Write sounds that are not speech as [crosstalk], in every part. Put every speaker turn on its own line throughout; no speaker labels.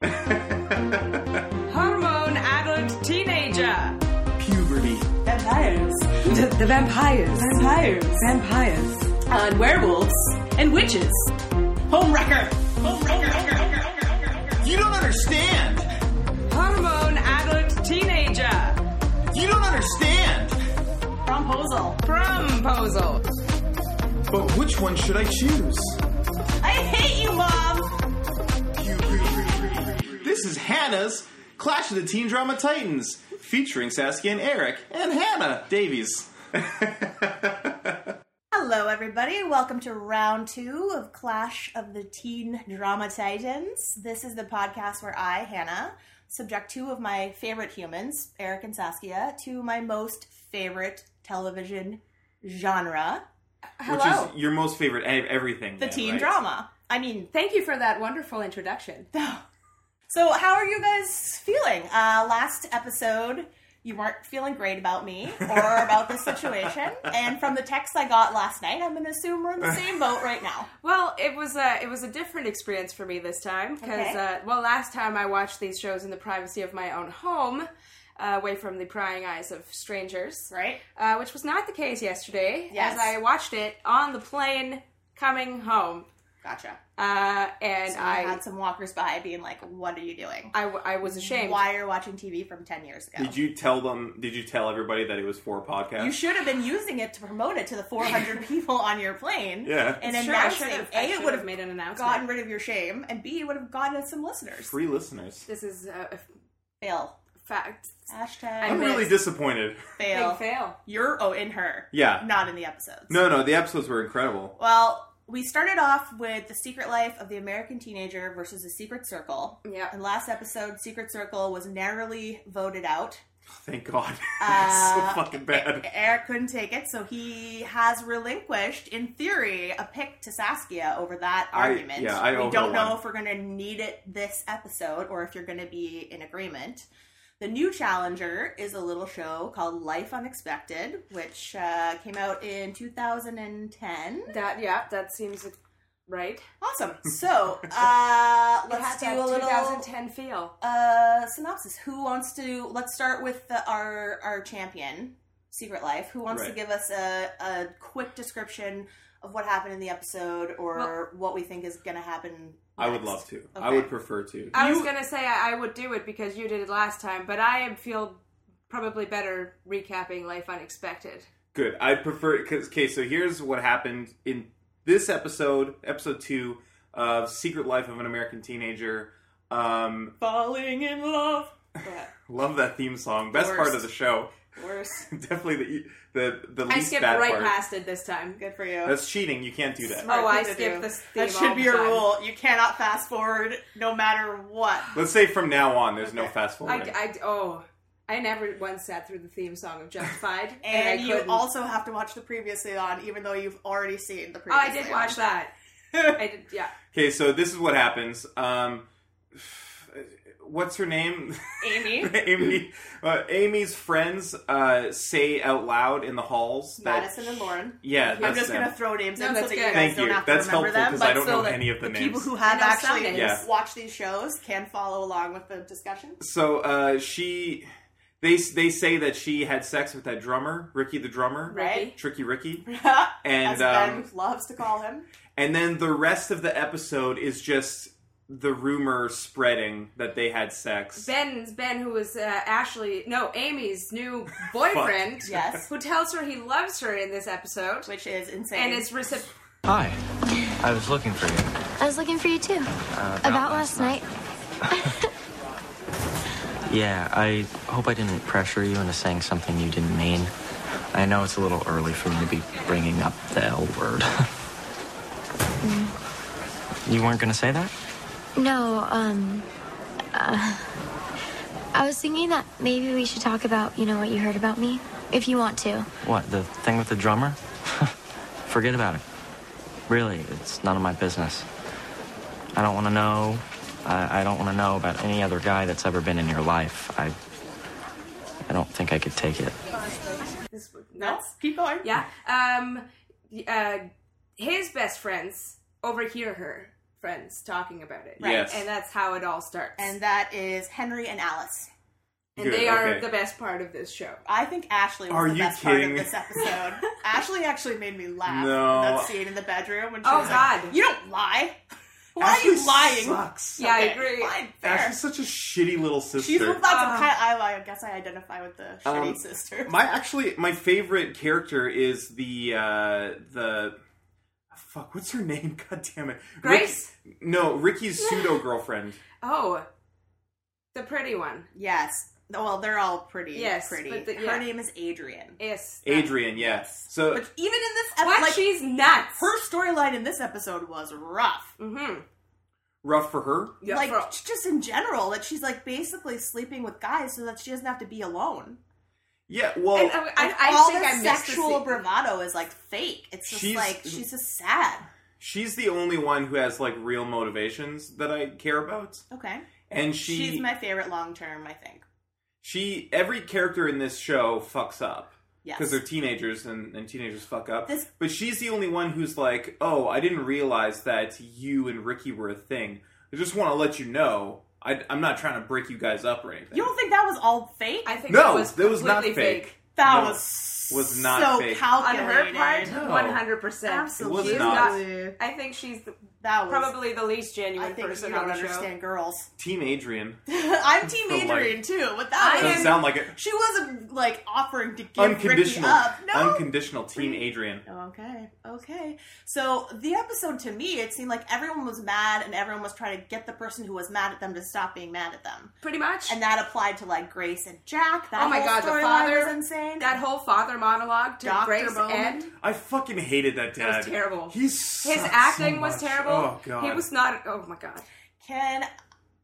[laughs]
The vampires.
Vampires.
Vampires.
And werewolves. And witches.
Homewrecker! Homewrecker! Homewrecker! You don't understand!
Hormone adult teenager.
You don't understand!
Promposal. Promposal.
But which one should I choose?
I hate you, Mom.
This is Hannah's Clash of the Teen Drama Titans, featuring Saskia and Eric and Hannah Davies. [laughs]
Hello, everybody. Welcome to round two of Clash of the Teen Drama Titans. This is the podcast where I, Hannah, subject two of my favorite humans, Eric and Saskia, to my most favorite television genre. Hello,
Which is your most favorite e- everything.
the
then,
teen
right?
drama. I mean, [laughs]
Thank you for that wonderful introduction.
so how are you guys feeling? Uh, last episode, you weren't feeling great about me or about this situation, and from the text I got last night, I'm going to assume we're in the same boat right now.
Well, it was a it was a different experience for me this time because
Okay.
uh, well, last time I watched these shows in the privacy of my own home, uh, away from the prying eyes of strangers,
Right?
uh, which was not the case yesterday.
Yes.
as I watched it on the plane coming home,
Gotcha.
uh, and
So I
I
had some walkers by being like, "What are you doing?
I, w- I was ashamed.
Why are you watching TV from ten years ago?
Did you tell them? Did you tell everybody that it was for a podcast?
You should have been using it to promote it to
[laughs]
the 400 people on your plane.
Yeah.
and
Sure, I
announced
should have.
it.
I
A,
should
it would
have
have
made an announcement.
gotten rid of your shame, and B, it would have gotten us some listeners.
Free listeners.
This is a, a
fail.
fact.
Hashtag
I
I'm really
missed.
disappointed.
fail.
Big fail.
You're oh in her.
Yeah.
Not in the episodes.
No, no, the episodes were incredible.
Well, we started off with the secret life of the American teenager versus the secret circle.
Yeah.
And last episode, secret circle was narrowly voted out.
Thank God. [laughs]
Uh,
so fucking bad.
Eric couldn't take it, so he has relinquished, in theory, a pick to Saskia over that
I-
argument.
yeah, I
we
owe
don't
her
know
one.
if we're going to need it this episode or if you're going to be in agreement. The new challenger is a little show called Life Unexpected, which uh, came out in 2010.
That yeah, that seems right.
Awesome. So
[laughs]
uh,
It
let's
had
do
that
a little
2010 feel.
uh, synopsis. Who wants to? Let's start with the, our our champion, Secret Life. Who wants to
Right.
give us a, a quick description of what happened in the episode, or what we think is going to happen?
I would
next?
love to. I
Okay.
would prefer to.
I was
You-
gonna say I I would do it because you did it last time, but I feel probably better recapping Life Unexpected.
Good. I prefer it because okay. So here's what happened in this episode, episode two of Secret Life of an American Teenager. Um,
Falling in love.
love that theme song. Best part of the show. [laughs]
Worse.
Definitely the the the least
I skipped
bad
right
part.
past it this time.
Good for you.
That's cheating. You can't do that.
Smart. Oh, I
Good to
skipped
do.
this theme
That
all
should be
the
a
time.
rule. You cannot fast forward, no matter what.
Let's say from now on, there's no
Okay.
fast
I,
forward.
I oh, I never once sat through the theme song of Justified,
And,
I
you
couldn't.
also have to watch the previously on, even though you've already seen the
oh,
previously.
I did
on.
watch that. I did, yeah.
[laughs]
Okay, so this is what happens. Um, what's her name? [laughs]
Amy.
Amy. Uh, Amy's friends uh, say out loud in the halls that
[laughs] Madison and Lauren.
Yeah,
I'm
that's
just
them.
going to throw names
No,
in so
that's
that you
good.
guys
Thank
don't
you.
have to
That's
remember
helpful
them.
because
but
I don't
so
know
that
any of the, names.
people who have
know some
actually
names.
Yeah.
watched these shows can follow along with the discussion. [laughs]
so uh, she, they they say that she had sex with that drummer, Ricky the drummer,
Right.
Tricky Ricky,
As
and
Ben
um,
loves to call him.
and then the rest of the episode is just the rumor spreading that they had sex.
Ben's Ben, who was uh, Ashley, no, Amy's
[laughs]
new boyfriend,
Yes.
who tells her he loves her in this episode,
Which is
and
insane.
is recip-
Hi. I was looking for you.
I was looking for you too. Uh, About last night.
Yeah, I hope I didn't pressure you into saying something you didn't mean. I know it's a little early for me to be bringing up the L word. You weren't gonna say that?
No, um. Uh, I was thinking that maybe we should talk about, you know, what you heard about me, if you want to.
What, the thing with the drummer? [laughs] Forget about it. Really, it's none of my business. I don't wanna know. I, I don't wanna know about any other guy that's ever been in your life. I. I don't think I could take it.
this,
no, keep going.
Yeah. Um, uh, his best friends overhear her friends talking about it.
Yes.
And that's how it all starts.
And that is Henry and Alice.
and
Good,
they are
okay.
the best part of this show.
I think Ashley was
Are
the
you
best
kidding?
part of this episode.
[laughs]
Ashley actually made me laugh.
No.
That scene in the bedroom when she
Oh,
was like,
God.
"You don't lie. Why are
Ashley
you lying?"
Sucks.
Yeah, I agree.
Fine, fair.
Ashley's such a shitty little sister.
She's that's
Ah.
kind of, I, I guess I identify with the shitty
Um,
sister.
My actually, my favorite character is the uh the fuck. What's her name? [laughs] God damn it, Rick-
Grace?
no, Ricky's pseudo
[laughs]
girlfriend.
Oh, the pretty one.
yes. Well, they're all pretty.
Yes,
pretty.
but the- yeah.
Her name is Adrian.
Yes,
Adrian. Yeah. So
Which even in this
what?
episode, like,
She's nuts.
her storyline in this episode was rough.
mm-hmm.
rough for her.
Yeah,
like
bro.
just in general, that she's like basically sleeping with guys so that she doesn't have to be alone.
Yeah. Well,
And I, I,
Like,
I
all
think
this
I missed
sexual
the scene.
bravado is like fake. It's just
She's-
like she's just sad.
she's the only one who has like real motivations that I care about,
Okay,
and she
she's my favorite long term. I think.
she every character in this show fucks up.
Yes.
because they're teenagers and, and teenagers fuck up.
This-
but she's the only one who's like, oh, I didn't realize that you and Ricky were a thing. I just want to let you know. I, I'm not trying to break you guys up or anything.
You don't think that was all fake?
I think
No,
that was,
that was not
completely
fake.
that
No,
was
was not
so
fake.
On her
calculated.
part,
No.
one hundred percent.
It was
Absolutely,
not.
I think she's the,
that was
probably the least genuine
I think you
person
don't
on the
understand girls. [laughs]
Team Adrian
[laughs]
I'm Team
For life.
Adrian too, but that
I
was
doesn't
am-
sound like it.
She wasn't like offering to give
Unconditional,
Ricky up. No.
unconditional Team Adrian.
okay. Okay. So the episode to me, it seemed like everyone was mad and everyone was trying to get the person who was mad at them to stop being mad at them.
show. Pretty much.
And that applied to like Grace and Jack. That
Oh my
whole
God, the
storyline
father-
was insane.
that whole father monologue to
Dr.
Grace
Bowman.
Ed.
I fucking hated that dad.
was terrible.
He's
His acting was terrible.
Oh god,
He was not. Oh my god.
Can [sighs]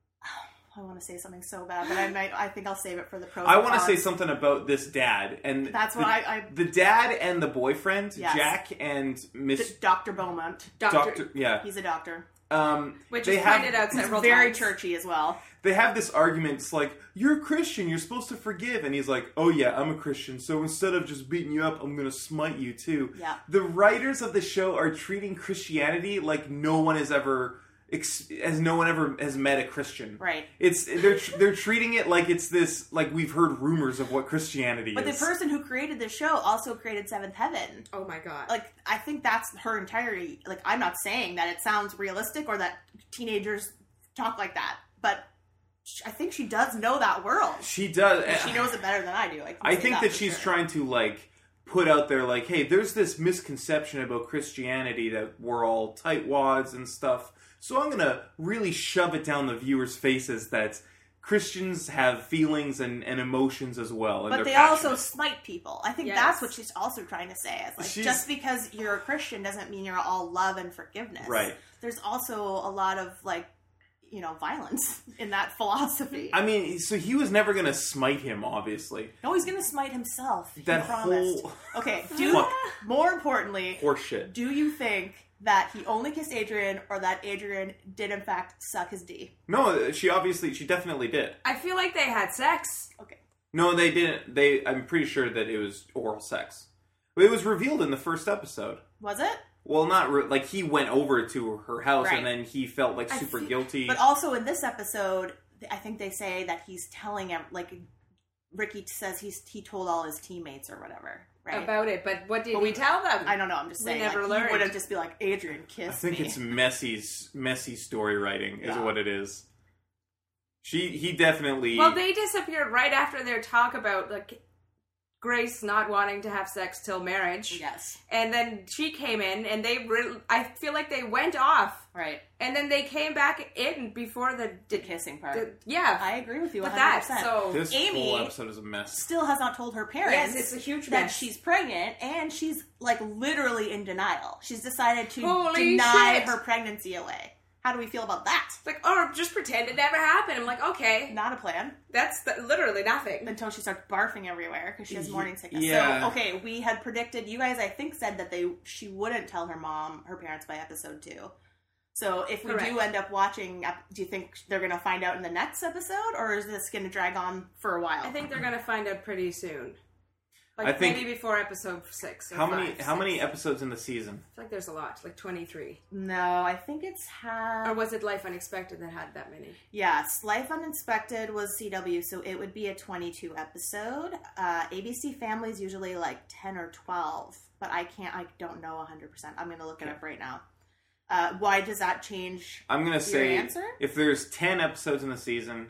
I want to say something so bad, but I might. I think I'll save it for the pro.
I want to say something about this dad and
That's
the,
what I- I-
the dad and the boyfriend
Yes.
Jack and Miss
Doctor Beaumont.
Doctor.
Doctor. Yeah,
He's a doctor.
um,
Which
they
is
have,
pointed out several
Very
times.
churchy as well.
[laughs] They have this argument. It's like you're a Christian, you're supposed to forgive, and he's like, "Oh yeah, I'm a Christian. So instead of just beating you up, I'm gonna smite you too."
Yeah.
The writers of the show are treating Christianity like no one has ever. ex- As no one ever has met a Christian,
Right.
It's they're tr- they're treating it like it's this like we've heard rumors of what Christianity
But the
is.
person who created this show also created Seventh Heaven.
Oh my god.
Like, I think that's her entirety. Like, I'm not saying that it sounds realistic or that teenagers talk like that, but sh- I think she does know that world.
she does. eh,
She knows it better than I do. I, can
I
say
think that,
for
she's
sure.
trying to like put out there like, hey, there's this misconception about Christianity that we're all tightwads and stuff. So I'm gonna really shove it down the viewers' faces that Christians have feelings and, and emotions as well. And
But
they're
they
passionate.
also smite people. I think
Yes.
that's what she's also trying to say. Is like
She's-
just because you're a Christian doesn't mean you're all love and forgiveness.
Right.
There's also a lot of like, you know, violence [laughs] in that philosophy.
I mean, so he was never gonna smite him, obviously.
No, he's gonna smite himself. He
That
promised.
whole-
Okay,
[laughs]
do
Fuck.
more importantly,
Horseshit.
do you think that he only kissed Adrian or that Adrian did in fact suck his D?
No, she obviously, she definitely did.
I feel like they had sex.
Okay.
No, they didn't. They, I'm pretty sure that it was oral sex. It was revealed in the first episode.
Was it?
Well, not re- like he went over to her house
Right.
and then he felt like
I
super
see-
guilty.
But also in this episode, I think they say that he's telling him like Ricky says he's he told all his teammates or whatever, right?
about it, but what did
But
we
we-
tell them?
I don't know. I'm just
We
saying.
never
like,
learned.
He would have just be like Adrian
I
kissed
think
me.
it's messy's messy story writing is
Yeah.
what it is. She he definitely
Well, they disappeared right after their talk about like Grace not wanting to have sex till marriage.
yes,
And then she came in, and they. Re- I feel like they went off,
right.
and then they came back in before the.
The kissing part.
the- yeah,
I agree with you. 100%.
but that so
this
Amy-
whole episode is a mess.
still has not told her parents.
Yes, it's a huge
that
mess.
she's pregnant, and she's like literally in denial. She's decided to
Holy
deny
shit.
her pregnancy away. How do we feel about that?
it's like, oh, just pretend it never happened. I'm like, okay,
Not a plan.
that's the, literally nothing.
until she starts barfing everywhere because she has morning sickness.
yeah.
So okay, we had predicted. You guys, I think, said that they she wouldn't tell her mom, her parents, by episode two. So if we
Correct.
do end up watching, ep- do you think they're going to find out in the next episode, or is this going to drag on for a while?
I think they're gonna find out pretty soon. Like
I think-
maybe before episode six. Or
How many
five,
how
six.
many episodes in the season?
I feel like there's a lot, like 23.
No, I think it's half.
Or was it Life Unexpected that had that many?
Yes, Life Uninspected was CW, so it would be a 22 episode. Uh, ABC Family's usually like 10 or 12, but I can't, I don't know 100%. I'm going to look it up right now. Uh, why does that change?
I'm gonna say
answer?
if there's ten episodes in the season,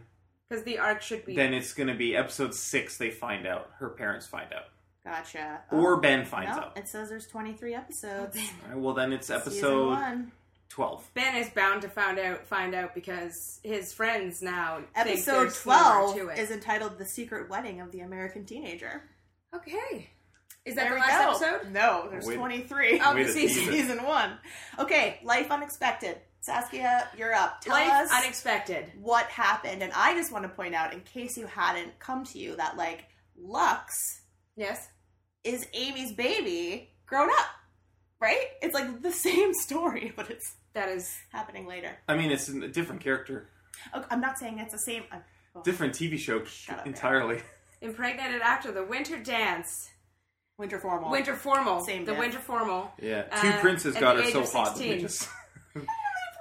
Because the arc should be.
then it's gonna be episode six. They find out. Her parents find out,
Gotcha.
or
Oh,
Ben finds
no,
out.
it says there's 23 episodes.
All right, well, then it's
Season
episode
one.
twelve.
ben is bound to find out find out because his friends now think
Episode
there's more
12
to it.
is entitled The Secret Wedding of the American Teenager.
okay. Is that
There
the
we
last
go.
episode?
No, there's
Wait.
23.
[laughs]
Oh,
Way
the
to
season.
tease it.
Season one. Okay, Life Unexpected. Saskia, you're up. Tell
Life
us
Unexpected.
what happened. And I just want to point out, in case you hadn't come to you, that like Lux
Yes.
is Amy's baby grown up, right? It's like the [laughs] same story, but it's
That is.
happening later.
I mean, it's a different character,
Okay, I'm not saying it's the same. I'm, oh,
different TV show
Shut up,
entirely.
Impregnated after the winter dance,
winter formal.
winter formal,
Same
the
dance.
winter formal.
Yeah, two
Uh,
princes
at
got
the
her
age
so
of
hot. They
16.
[laughs]
just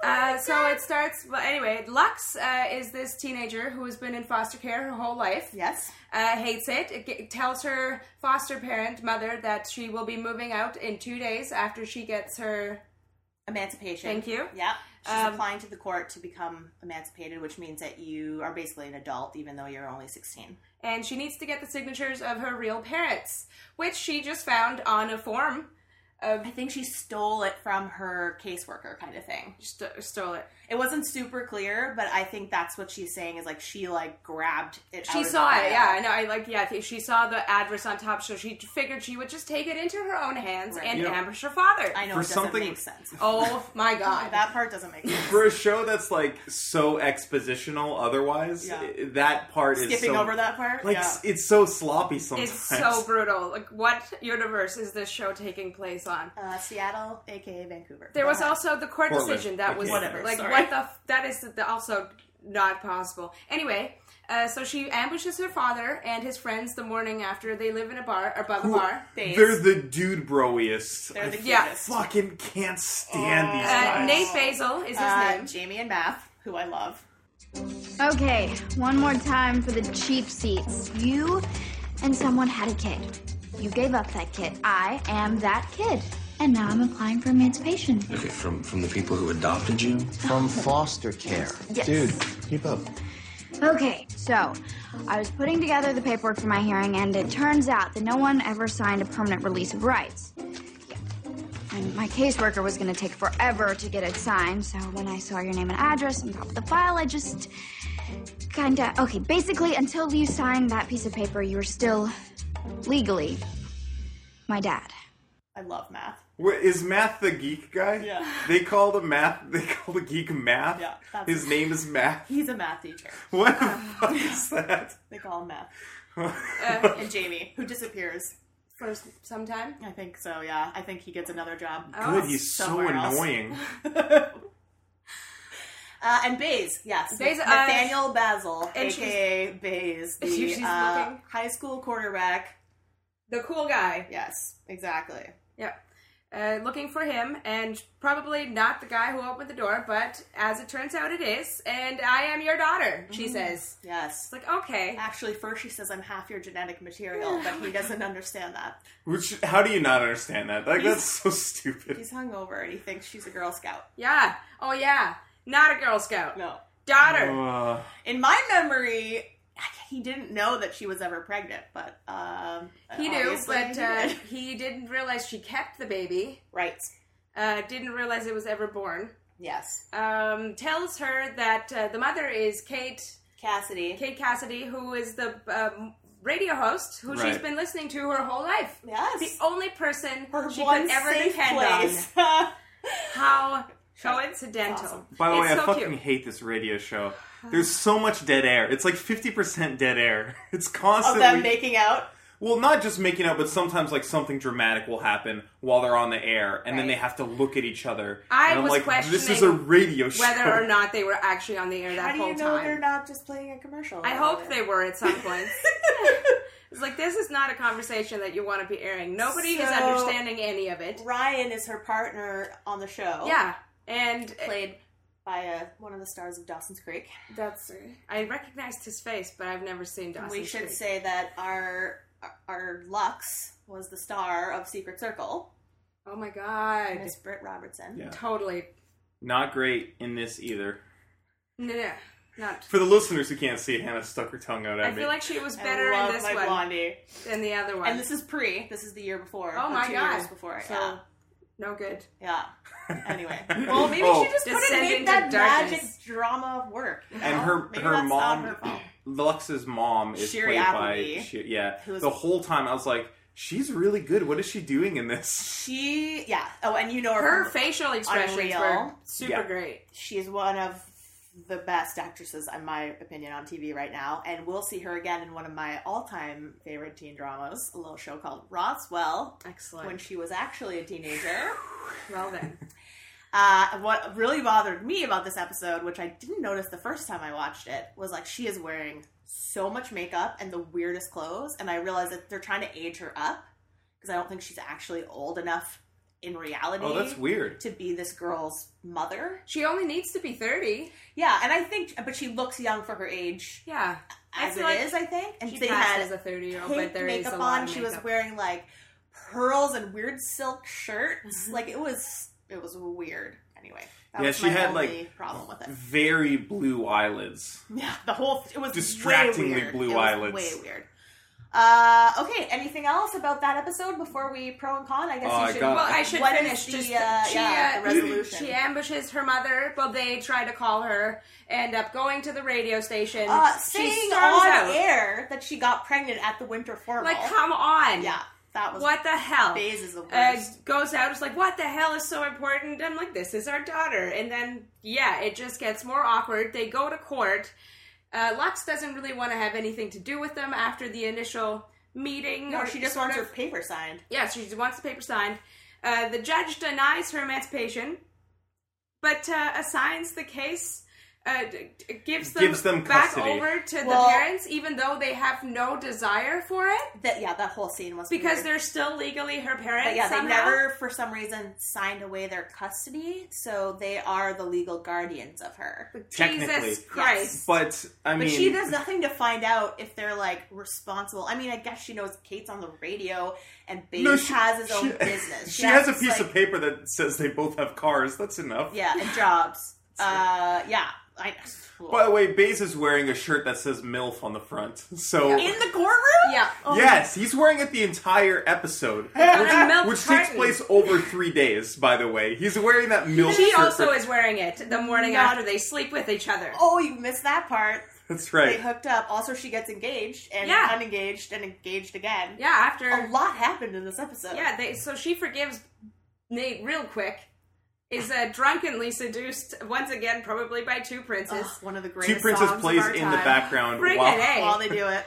Uh, so it starts. Well, anyway, Lux uh, is this teenager who has been in foster care her whole life.
Yes.
uh, hates it. it ge- tells her foster parent mother that she will be moving out in two days after she gets her.
Emancipation.
Thank you.
Yeah. She's
Um,
applying to the court to become emancipated, which means that you are basically an adult, even though you're only 16.
And she needs to get the signatures of her real parents, which she just found on a form.
I think she stole it from her caseworker, kind of thing.
St- stole it.
It wasn't super clear, but I think that's what she's saying is like she like grabbed it. out
She
of
saw
the
it.
pile.
Yeah, I know. I like. Yeah, I think she saw the address on top, so she figured she would just take it into her own hands
Right.
and
Yeah.
ambush her father.
I know
For
it doesn't
something-
make sense.
Oh my [laughs] god.
That part doesn't make
[laughs]
sense.
for a show that's like so expositional. Otherwise,
Yeah.
i- that part is
Skipping
so-
over that part.
Like
yeah.
s- it's so sloppy sometimes.
It's so brutal. Like, what universe is this show taking place on?
uh, Seattle, aka Vancouver.
There
Go
was
ahead.
also the court
Portland.
decision that
Okay.
was
Whatever,
like
sorry.
what the f- that is the, also not possible. Anyway, uh, so she ambushes her father and his friends the morning after. They live in a bar above a bar.
They're the dude broiest.
They're the
I
yeah.
cutest.
fucking can't stand these
Uh,
guys.
Nate Basil is his
Uh,
name.
Jamie and Math, who I love.
Okay, one more time for the cheap seats.
You and someone had a kid. You gave up that kid. I am that kid. And now I'm applying for emancipation.
Okay, from from the people who adopted you.
From foster care.
Yes.
Dude, keep up.
Okay, so I was putting together the paperwork for my hearing, and it turns out that no one ever signed a permanent release of rights. Yeah. And my caseworker was gonna take forever to get it signed, so when I saw your name and address on top of the file, I just kinda. Okay, basically, until you signed that piece of paper, you were still legally my dad.
I love Math.
Wait, Is Math the geek guy?
Yeah.
They called him Math. [laughs] They called the geek Math.
Yeah, that's-
His name is Math. [laughs]
He's a math teacher.
What
[laughs]
the fuck [laughs] is that?
They call him Math.
Uh,
And Jamie, who disappears.
for s- some time.
I think so. Yeah, I think he gets another job.
Oh.
Good, he's so
somewhere else.
annoying.
Uh, and Baze, yes,
Baze, uh,
Nathaniel Basil,
and
aka Baze, the
[laughs] She's
uh,
looking-
high school quarterback.
The cool guy.
Yes, exactly.
Yeah. Uh, looking for him, and probably not the guy who opened the door, but as it turns out, it is. And I am your daughter,
Mm-hmm.
she says.
Yes.
It's like, okay.
Actually, first she says, "I'm half your genetic material," but he doesn't understand that.
Which, how do you not understand that? Like, that's so stupid.
He's hungover and he thinks she's a Girl Scout.
Yeah. Oh, yeah. Not a Girl Scout.
No,
Daughter.
Uh,
in my memory, he didn't know that she was ever pregnant, but um,
He knew,
obviously
but
he [laughs]
uh,
did.
he didn't realize she kept the baby.
right?
Uh, didn't realize it was ever born.
Yes,
Um, tells her that uh, the mother is Kate
Cassidy.
Kate Cassidy, who is the um, radio host who she's
Right.
been listening to her whole life.
Yes.
the only person
Her
she
one
could ever
safe
depend on.
[laughs] place.
How coincidental!
by the
it's
way,
so
I fucking
cute.
hate this radio
[sighs]
show. There's so much dead air. [laughs] It's like 50% dead air. It's constantly.
of them making out.
Well, not just making out, but sometimes like something dramatic will happen while they're on the air, and then
Right.
they have to look at each other.
I
and I'm
was
like, this is a
questioning
radio show.
Whether or not they were actually on the air that
How do
whole
you know
time.
they're not just playing a commercial?
I hope they were at some point. it's like this is not a conversation that you want to be airing. Nobody is
So-
understanding any of it.
Ryan is her partner on the show.
Yeah, and
Played by uh one of the stars of Dawson's Creek.
that's I recognized his face, but I've never seen Dawson's
we should
Creek.
say that our our Lux was the star of Secret Circle,
Oh my god,
Miss Britt Robertson.
Yeah.
totally.
Not great in this either.
No, no, not.
For the listeners who can't see it, Hannah stuck her tongue out at
I
me.
feel like she was
I
better in
love
this
my
one
Blondie.
than the other one.
And this is pre. This is the year before.
Oh
or
my
two
God.
Years before.
So-
yeah.
no good.
Yeah.
[laughs]
Anyway.
Well, maybe Oh. she just
couldn't
Descend
make
into
that
darkness.
magic
drama work.
and her
Maybe
her
that's not
mom,
her fault.
Lux's mom is
Shiri
played
Appleby,
by she, yeah.
who is-
the whole time I was like, she's really good. What is she doing in this?
She, yeah. Oh, and you know her.
Her
from-
facial expressions were
Unreal.
super
Yeah.
great.
She's one of the best actresses, in my opinion, on TV right now. And we'll see her again in one of my all-time favorite teen dramas, a little show called Roswell,
Excellent.
when she was actually a teenager.
well then,
Uh, what really bothered me about this episode, which I didn't notice the first time I watched it, was like she is wearing so much makeup and the weirdest clothes, and I realized that they're trying to age her up because I don't think she's actually old enough in reality.
Oh, that's weird.
To be this girl's mother,
she only needs to be thirty.
yeah, and I think, but she looks young for her age
Yeah, I
as it
feel
is.
like
I think, and
she
they
passed
had
as a thirty-year-old,
pink
but there is
makeup
a lot
on.
of
She
makeup.
was wearing like pearls and weird silk shirts.
Mm-hmm.
Like it was, it was weird. Anyway, that
Yeah,
was
she
my
had
only
like
problem with it. [laughs]
very blue eyelids.
Yeah, the whole it was
Distractingly
way weird.
blue
It was
eyelids.
way weird. Uh, okay. Anything else about that episode before we pro and con? I guess
Oh,
you
I
should.
got-
Well, I should
What is
finish.
the,
just
uh,
she,
yeah,
uh,
the resolution?
She ambushes her mother. Well, they try to call her, end up going to the radio station.
uh,
She
saying
storms
on
out.
air that she got pregnant at the winter formal.
like, come on,
yeah, that was
what the hell?
Phase is the
Uh,
worst.
goes out. It's like, what the hell is so important? I'm like, this is our daughter. And then, yeah, it just gets more awkward. They go to court. Uh, Lux doesn't really want to have anything to do with them after the initial meeting.
no,
or
she just
sort
wants her
of-
paper signed.
Yes, she wants the paper signed. Uh, the judge denies her emancipation, but uh, assigns the case, uh, d- d- gives them,
Gives them
back
custody.
over to
Well-
the parents, even though they have no desire for it
That yeah, that whole scene was
because
weird.
they're still legally her parents.
But yeah, they
somehow.
never, for some reason, signed away their custody, so they are the legal guardians of her.
Technically.
Jesus Christ.
But I
But
mean,
she does nothing to find out if they're like responsible. I mean, I guess she knows Kate's on the radio and Babe
No, she-
has his own
she- [laughs]
business.
She has a
this,
piece
like-
of paper that says they both have cars. That's enough.
yeah and jobs.
[laughs]
uh, yeah, I,
By the way, Baze is wearing a shirt that says MILF on the front. [laughs] So
in the courtroom.
Yeah.
yes, he's wearing it the entire
[laughs]
episode,
Oh. a
which,
milk
which takes
carton.
place over three days. By the way, he's wearing that MILF.
She
shirt
also
for-
is wearing it the morning
Not-
after they sleep with each other.
[laughs] Oh, you missed that part.
That's
They
right.
hooked up. Also, she gets engaged and
Yeah.
unengaged and engaged again.
Yeah, after
A lot happened in this episode.
Yeah, they so she forgives Nate real quick. Is uh, drunkenly seduced once again, probably by two
Ugh,
princes.
one of the
Two
greatest.
Princes
songs
plays
of our
in the
time.
background
Bring
while
it, eh?
while they do it.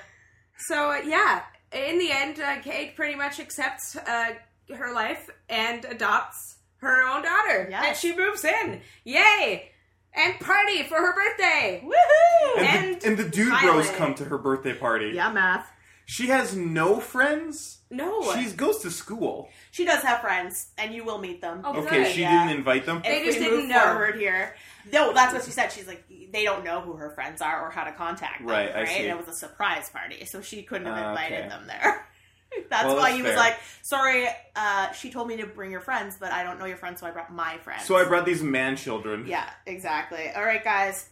So uh, yeah, in the end, uh, Kate pretty much accepts uh, her life and adopts her own daughter,
Yes.
and she moves in. Yay! And party for her birthday.
Woohoo!
And
and, the, and the dude bros
Violet.
come to her birthday party.
Yeah, math.
She has no friends.
No,
She goes to school.
She does have friends, and you will meet them.
Oh,
Okay,
good.
she
yeah.
didn't invite them.
They
If
just
we
didn't
move
know.
forward here. No, that's what she said. She's like, they don't know who her friends are or how to contact them.
Right, I see.
And it was a surprise party, so she couldn't have
Ah,
invited
okay.
them there. [laughs] that's
Well,
why
that's
he
fair.
was like, sorry, uh, she told me to bring your friends, but I don't know your friends, so I brought my friends.
So I brought these man children.
Yeah, exactly. All right, guys.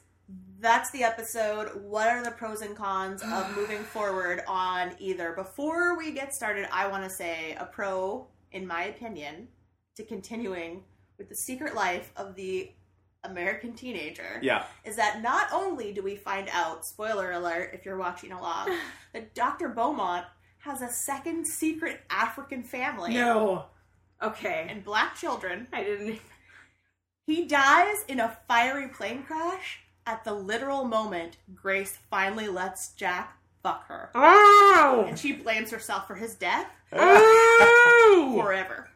That's the episode. What are the pros and cons
[sighs]
of moving forward on either? Before we get started, I want to say a pro, in my opinion, to continuing with the secret life of the American teenager
Yeah.
is that not only do we find out, spoiler alert, if you're
[sighs]
watching along, that Dr. Beaumont has a second secret African family
No.
okay.
and black children.
I didn't.
He dies in a fiery plane crash at the literal moment Grace finally lets Jack fuck her.
Oh!
And she blames herself for his death
Oh!
forever.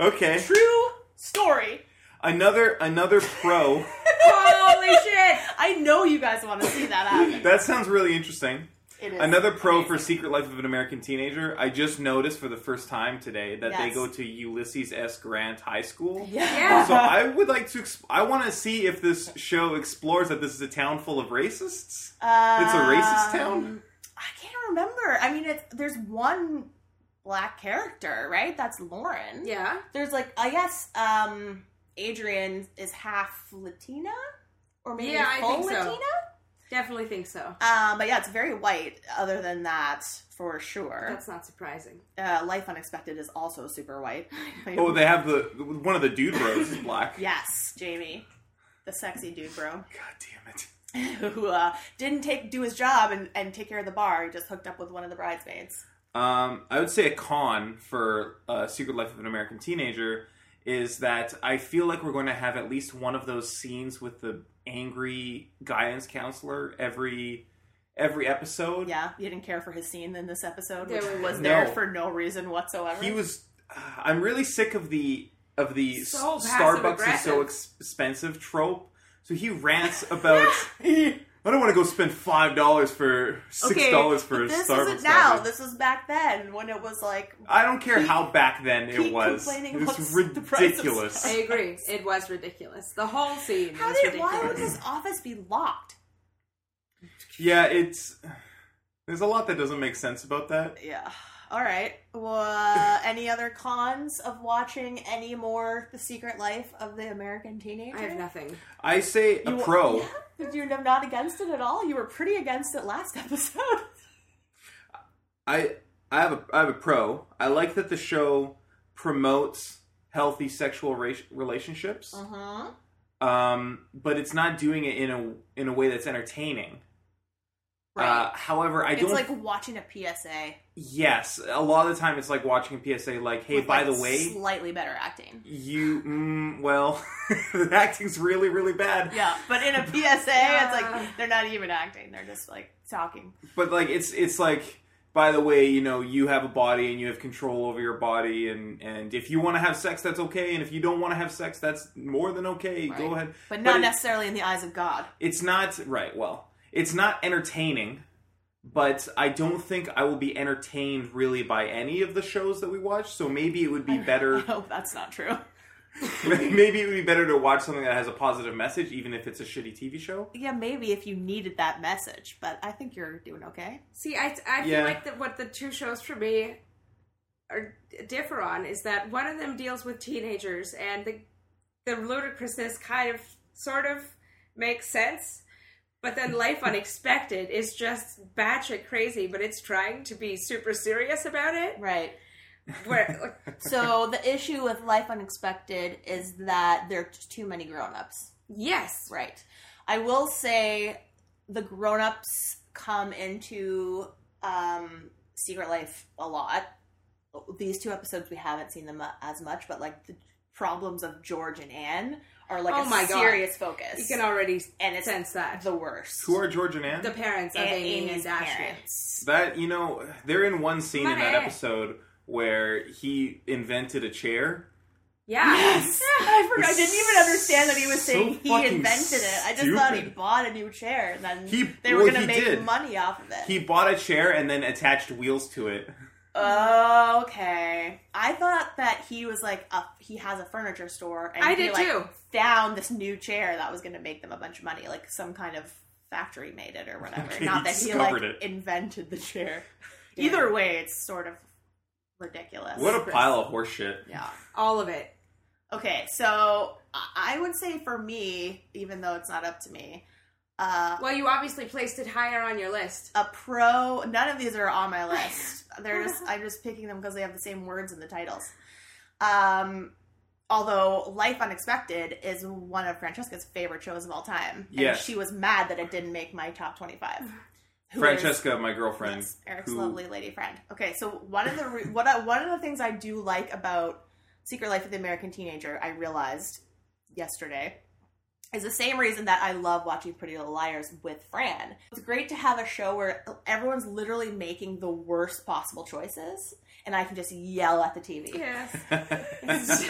Okay.
True story.
Another another pro.
Holy shit!
I know you guys want to see
[laughs]
that happen.
that sounds really interesting.
It is
Another pro for
amazing.
Secret Life of an American Teenager. I just noticed for the first time today that they
Yes.
go to Ulysses S. Grant High School.
Yeah.
So I would like to. Exp- I want to see if this show explores that this is a town full of racists. it's a racist town.
um, I can't remember. I mean, it's, there's one black character, right? That's Lauren.
Yeah.
There's like, I guess, um, Adrian is half Latina, or maybe
Yeah, I
full
think so.
Latina.
Definitely think so.
Um, but yeah, it's very white. Other than that, for sure.
That's not surprising.
Uh, Life Unexpected is also super [laughs] white.
Oh, they have the one of the dude bros is black.
yes, Jamie, the sexy dude bro. [laughs]
God damn it.
who uh, didn't take do his job and, and take care of the bar. He just hooked up with one of the bridesmaids.
Um, I would say a con for uh, Secret Life of an American Teenager is that I feel like we're going to have at least one of those scenes with the angry guidance counselor every every episode.
Yeah, you didn't care for his scene in this episode, which
There we
was
go.
there
No.
for no reason whatsoever.
He was. uh, I'm really sick of the of the
So
s- Starbucks is
passive-aggressive.
so ex- expensive trope. So he rants
[laughs]
about. [laughs] I don't want to go spend five dollars for six
Okay,
dollars
But
for a
this
Starbucks.
isn't now.
coffee.
This was back then when it was like
I don't care how back then it
keep
was.
complaining
It's
about the price of
ridiculous.
I agree. It was ridiculous. The whole scene
how
was
did
ridiculous.
why would his office be locked?
Yeah, it's there's a lot that doesn't make sense about that.
Yeah. All right. Well, [laughs] uh, any other cons of watching any more The Secret Life of the American Teenager?
I have nothing.
I say a
You-
pro.
Yeah, but you're not against it at all. You were pretty against it last [laughs] episode.
I I have a I have a pro. I like that the show promotes healthy sexual ra- relationships.
Uh-huh.
Um, but it's not doing it in a in a way that's entertaining. Uh, however, I
it's
don't.
like watching a PSA.
yes, a lot of the time it's like watching a PSA. Like, hey,
with,
by
like,
the way,
slightly better acting.
you mm, well, [laughs] the acting's really really bad.
Yeah, but [laughs] in a PSA, it's
Yeah.
like they're not even acting; they're just like talking.
But like it's it's like by the way, you know, you have a body and you have control over your body and and if you want to have sex that's okay and if you don't want to have sex that's more than okay. Go
Right.
ahead.
but not
it-
necessarily in the eyes of God. [laughs]
it's not right, well, it's not entertaining, but I don't think I will be entertained really by any of the shows that we watch, so maybe it would be
I
better
[laughs]
[laughs]
hope that's not true.
maybe it would be better to watch something that has a positive message even if it's a shitty TV show.
Yeah, maybe if you needed that message, but I think you're doing okay.
See, I, I feel
Yeah.
like that what the two shows for me are differ on is that one of them deals with teenagers and the the ludicrousness kind of sort of makes sense, but then Life Unexpected is just batshit crazy, but it's trying to be super serious about it.
Right.
Where
So the issue with Life Unexpected is that there are t- too many grown-ups.
yes,
Right. I will say the grown-ups come into um, Secret Life a lot. These two episodes we haven't seen them uh, as much, but like the problems of George and Anne are like
Oh
a
my God.
serious focus.
you can already
and it's
sense that
the worst.
Who are George and Anne?
the parents of
and
Amy
Amy's
and Ashley.
parents.
That you know, they're in one scene in that
Money.
episode where he invented a chair.
Yeah.
[laughs] I, forgot, I didn't even understand that he was
So
saying he
fucking
invented it. I just thought he
stupid.
bought a new chair and then
He-
they were
well, he
going to make
did.
money off of it.
He bought a chair and then attached wheels to it.
Okay. I thought that he was like a, he has a furniture store and
I
he
did
like
too.
found this new chair that was going to make them a bunch of money like some kind of factory made it or whatever.
Okay,
Not
he
that he like
discovered it.
invented the chair. Either way, it's sort of ridiculous.
What a pile of horseshit!
Yeah.
All of it.
Okay, so I I would say for me, even though it's not up to me, uh
Well, you obviously placed it higher on your list.
a pro none of these are on my list they're just i'm just picking them because they have the same words in the titles um although life unexpected is one of francesca's favorite shows of all time and
Yes.
she was mad that it didn't make my top 25 Who is-
Francesca, my girlfriend,
Yes, Eric's
who-
lovely lady friend. Okay, so one of the
[laughs]
re- what I, one of the things I do like about Secret Life of the American Teenager, I realized yesterday, is the same reason that I love watching Pretty Little Liars with Fran. It's great to have a show where everyone's literally making the worst possible choices, and I can just yell at the TV.
[laughs]
Yes.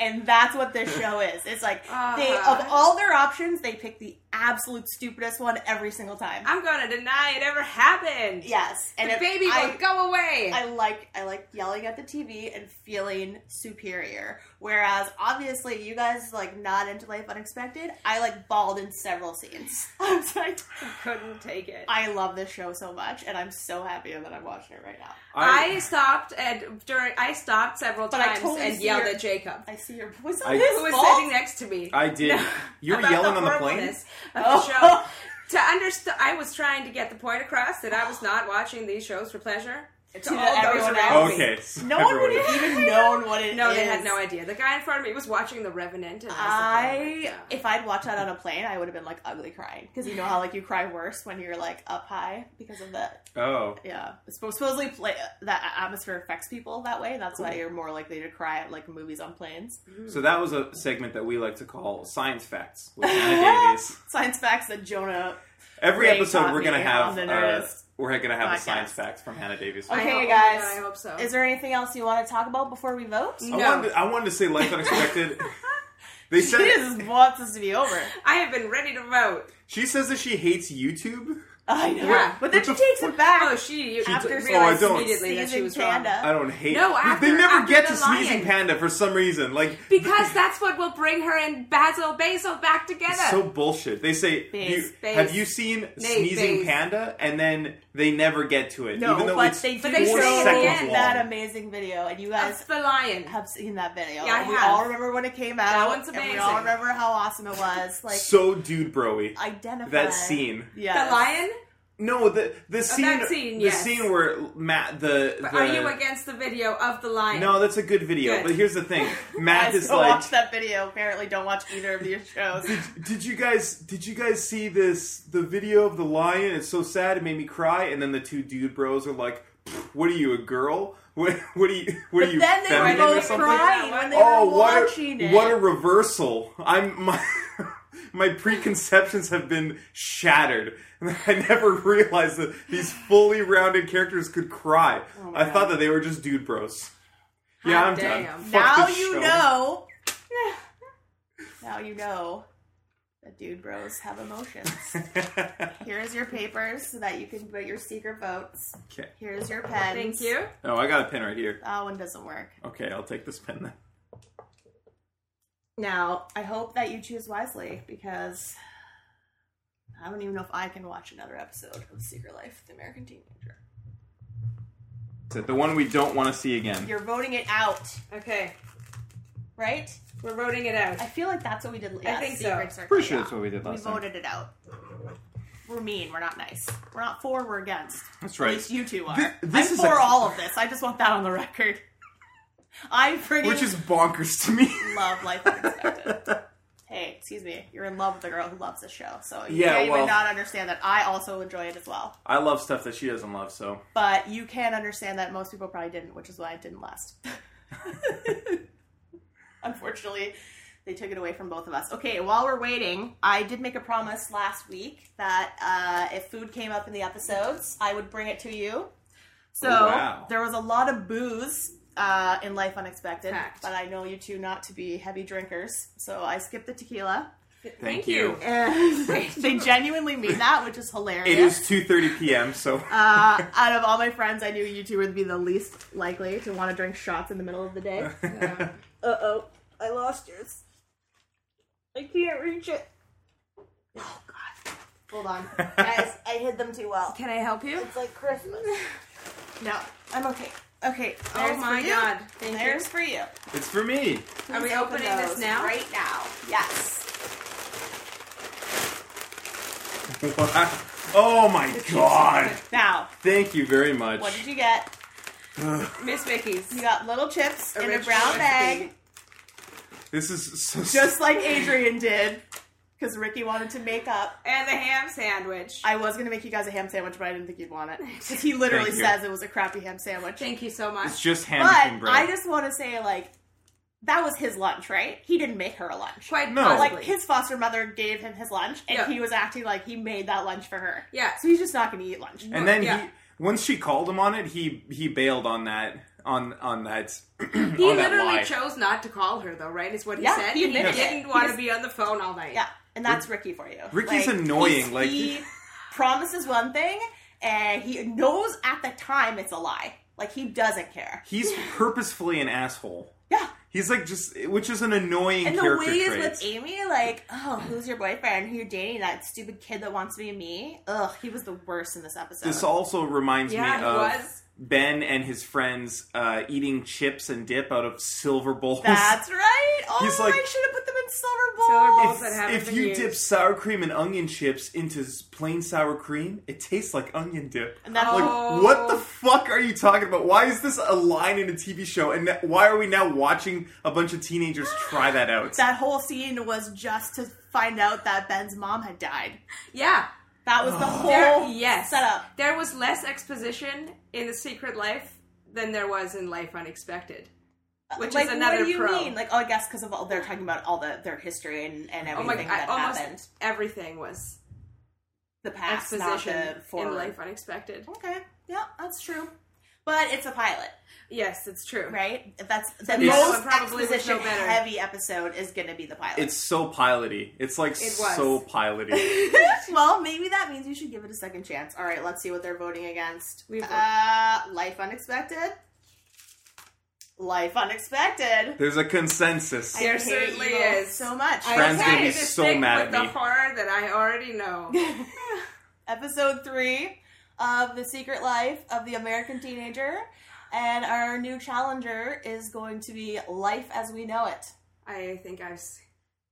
And that's what this show is.
[laughs]
It's like they
Uh-huh.
of all their options, they pick the absolute stupidest one every single time.
I'm gonna deny it ever happened.
yes, and
The
if
baby
I,
will go away.
I like I like yelling at the TV and feeling superior. Whereas obviously you guys like not into Life Unexpected. I like bawled in several scenes. [laughs] I was like,
couldn't take it.
I love this show so much, and I'm so happy that I'm watching it right now.
I, stopped and during I stopped several
I
times
totally
and
see
yelled
your-
at Jacob,
I see your voice.
I-
I, his
who was
fault?
sitting next to me.
I
[laughs]
did. you were
about
yelling on the plane.
horribleness Of the
Oh.
show. to
[laughs]
understand, I was trying to get the point across that I was not watching these shows for pleasure. It's all those
everyone
around
else.
me.
Oh, Okay. so
No one would
everyone-
have even known what it
No, they
is.
had no idea. The guy in front of me was watching The Revenant, and I, was
I if I'd watched that on a plane, I would have been like ugly crying because you know how like you cry worse when you're like up high because of the
Oh.
yeah Suppo- supposedly play, that atmosphere affects people that way. That's why you're more likely to cry at like movies on planes.
So that was a segment that we like to call science facts
[laughs]
with Anna Davies.
Science facts that Jonah.
Every
Ray
episode
taught
we're gonna
me on
have
the
uh,
Nerdist
we're gonna have a
podcast. Oh,
science facts from Hannah Davies.
I
Okay,
hope-
guys.
I hope so.
Is there anything else you want to talk about before we vote?
Mm.
[laughs]
I wanted, to, I wanted to say life unexpected. they
She
said
just wants this to
[laughs]
be over.
I have been ready to vote.
she says that she hates YouTube.
I know,
Yeah.
but then
What
she
the
takes
fuck?
it back.
Oh, she, you
She did-
realized
Oh, I don't.
immediately that she
Sneezing
was
panda.
wrong.
I don't hate.
No,
they
after-
never
after
get
the
to Sneezing
lion.
Panda for some reason. Like
Because that's what will bring her and Basil Basil back together.
it's so bullshit. They say,
Base,
you-
base.
"Have you seen Sneezing
base.
Panda?" And then they never get to it.
no,
even though
but
it's
they do
but they
show
four
say at the
seconds
end
long.
that amazing video, and you guys
That's the lion.
have seen that video.
Yeah, I
and we
have.
all remember when it came out.
one's
And we
amazing.
all remember how awesome it was. Like
so dude broy.
identify
That scene.
Yeah,
The lion?
No, the the scene,
scene,
the
yes.
scene where Matt the, the
Are you against the video of the lion?
No, that's a good video.
Good.
But here's the
[laughs]
thing,
I
Matt is
still
like,
watch that video. Apparently, don't watch either of these shows.
[laughs] did you guys did you guys see this the video of the lion? It's so sad it made me cry. And then the two dude bros are like, what are you a girl? What what are you what are
But
you
then they were
feminine or
both
something?
crying when they
oh,
were
what
watching
a,
it.
What a reversal! I'm my [laughs] my preconceptions have been shattered. [laughs] I never realized that these fully rounded characters could cry.
Oh,
I thought that they were just dude bros. yeah, I'm
damn.
done. Fuck
now
this
you
show.
know.
[laughs]
now you know that dude bros
[laughs]
have emotions. Here's your papers so that you can put your secret votes.
Okay.
Here's your pen.
Thank you.
Oh, I got a pen right here.
That one doesn't work.
Okay, I'll take this pen then.
Now, I hope that you choose wisely because I don't even know if I can watch another episode of Secret Life of the American Teenager.
Is it the one we don't want to see again?
You're voting it out,
Okay,
right?
we're voting it out.
I feel like that's what we did last
think so.
Secret Circle,
Pretty sure
yeah.
that's what we did
We
last time.
voted it out. We're mean. We're not nice. We're not for. We're against.
That's
At
right.
least you two are.
Thi- this
I'm
is
for
a-
all of this. I just want that on the record. [laughs] I friggin'
Which is bonkers to me. [laughs]
love Life Unexpected. hey, excuse me. You're in love with a girl who loves this show, so you
Yeah,
may
well-
not understand that I also enjoy it as well.
I love stuff that she doesn't love, so
But you can understand that most people probably didn't, which is why it
[laughs]
didn't last. Unfortunately, they took it away from both of us. Okay, while we're waiting, I did make a promise last week that uh, if food came up in the episodes, I would bring it to you. So
Oh, wow.
there was a lot of booze uh, in Life Unexpected,
Fact.
but I know you two not to be heavy drinkers, so I skipped
[laughs]
the tequila.
thank, you.
And they genuinely mean that, which is hilarious.
It is 2:30 p.m., so
Uh, out of all my friends, I knew you two would be the least likely to want to drink shots in the middle of the [laughs] day. uh oh, I lost yours. I can't reach it. Oh god. Hold [laughs] on, guys. I hid them too well.
[laughs] Can I help you?
It's like Christmas. No, I'm okay. Okay.
Oh
there's
my
for you.
god! Thank
There's for you.
[laughs] it's for me.
you. Are we opening
Open
this
those
now?
Right now. Yes.
Wow. Oh my god!
Now,
Thank you very much.
what did you get?
Miss Vicky's.
You got little chips in a
Original
brown bag.
recipe.
This is so
just like Adrian did, because Ricky wanted to make up.
And the ham sandwich.
I was gonna make you guys a ham sandwich, but I didn't think
[laughs]
you'd want it because he literally
Thank you.
says it was a crappy ham sandwich.
Thank you so
It's
much.
just ham
but
between bread.
I just want to say, like, that was his lunch, right? He didn't make her a lunch.
Quite
No.
possibly.
Like his foster mother gave him his lunch, and
Yeah.
he was acting like he made that lunch for her.
Yeah.
So he's just not going to eat lunch.
And then
Yeah.
he once she called him on it, he he bailed on that on on that [clears throat]
He
on Oh, that
literally
lie.
chose not to call her, though, right? Is what he
Yeah,
said.
he
and he
admitted it.
didn't want to be on the phone all night.
yeah, and that's Ricky for you.
Ricky's
Like,
annoying,
he's-
like-
he promises one thing, and he knows at the time it's a lie. Like he doesn't care.
He's purposefully an asshole.
Yeah.
He's like just, which is an annoying
And the way
character
is
trait.
with Amy, like, oh, who's your boyfriend? Who you're dating? That stupid kid that wants to be me? Ugh, he was the worst in this episode.
This also reminds
Yeah,
me
he
of
was.
Ben and his friends uh, eating chips and dip out of silver bowls.
That's right. Oh,
[laughs] He's like-
I should have put them in silver
Silver
bowl.
bowl.
[laughs] if,
that haven't
if
been
you
used.
dip sour cream and onion chips into s- plain sour cream, it tastes like onion dip.
And that's-
like,
Oh.
what the fuck are you talking about? Why is this a line in a TV show? And th- why are we now watching a bunch of teenagers try that out?
That whole scene was just to find out that Ben's mom had died.
Yeah.
[sighs]
That was the
There,
whole
yes.
setup.
There was less exposition in The Secret Life than there was in Life Unexpected, which
like,
is another
what do you
pro.
mean? Like, oh, I guess because of all they're talking about all the their history and, and
oh
everything
my god! I-
that
Almost
happened.
everything was
The past, not
exposition
the
in
forward.
Life Unexpected.
Okay, yeah, that's true. But it's a pilot,
Yes, it's true.
right? That's the
this
most
one probably would
exposition
know better.
heavy episode is going to be the pilot.
It's so piloty. It's like
It was.
so piloty.
well, maybe that means you should give it a second chance. All right, let's see what they're voting against.
We've-
uh, life unexpected. Life unexpected.
There's a consensus.
There
I hate
certainly
you
is.
so much.
I
Fran's gonna
decided
be
to
so
stick
mad
with
at
the
me.
horror that I already
[laughs]
know.
Episode three of the Secret Life of the American Teenager, and our new challenger is going to be Life as We Know It.
I think I've s-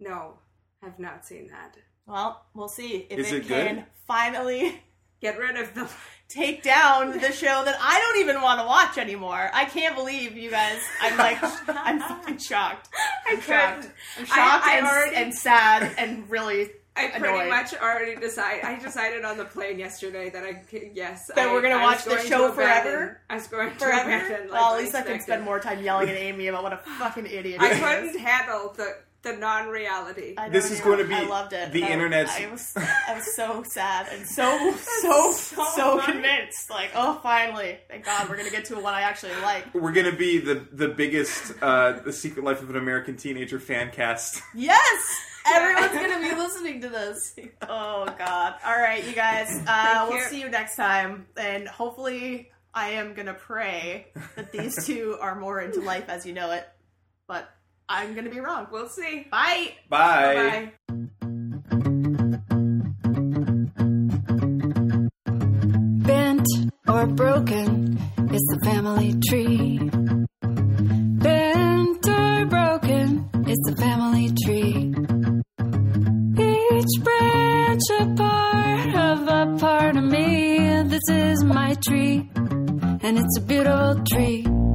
no, have not seen that.
Well, we'll see if
Is
it,
it good?
can finally
Get rid of the.
take down the show that I don't even want to watch anymore. I can't believe you guys. I'm
[laughs]
like, I'm fucking shocked. I'm shocked. I'm shocked
I- I
and,
already-
and sad and
[laughs]
really
I pretty
annoyed.
much already decided. I decided on the plane yesterday that I c- yes
That
I-
we're gonna
I was
watch the
going to
show
abandon-
forever?
I was going to
forever.
abandon, like,
Well, at least I can
unexpected.
spend more time yelling
[laughs]
at Amy about what a fucking idiot [laughs]
I
she is.
couldn't handle the the non-reality.
I know
This
it
is going to be
I loved it.
the
I-
internet's-
I was,
[laughs]
I was so sad and so, so, so,
funny.
convinced. Like, oh, finally, thank God, we're gonna get to one I actually like.
We're gonna be the the biggest uh, the Secret Life of an American Teenager fan cast.
[laughs] Yes! Everyone's going to be listening to this. [laughs] Oh, God. All right, you guys. Uh,
Thank
we'll
you.
see you next time. And hopefully, I am going to pray that these [laughs] two are more into life as you know it. But I'm going to be wrong.
we'll see.
Bye.
Bye.
Bye.
Bent or broken is the family tree. Bent or broken is the family tree. Each branch a part of a part of me. This is my tree, and it's a beautiful tree.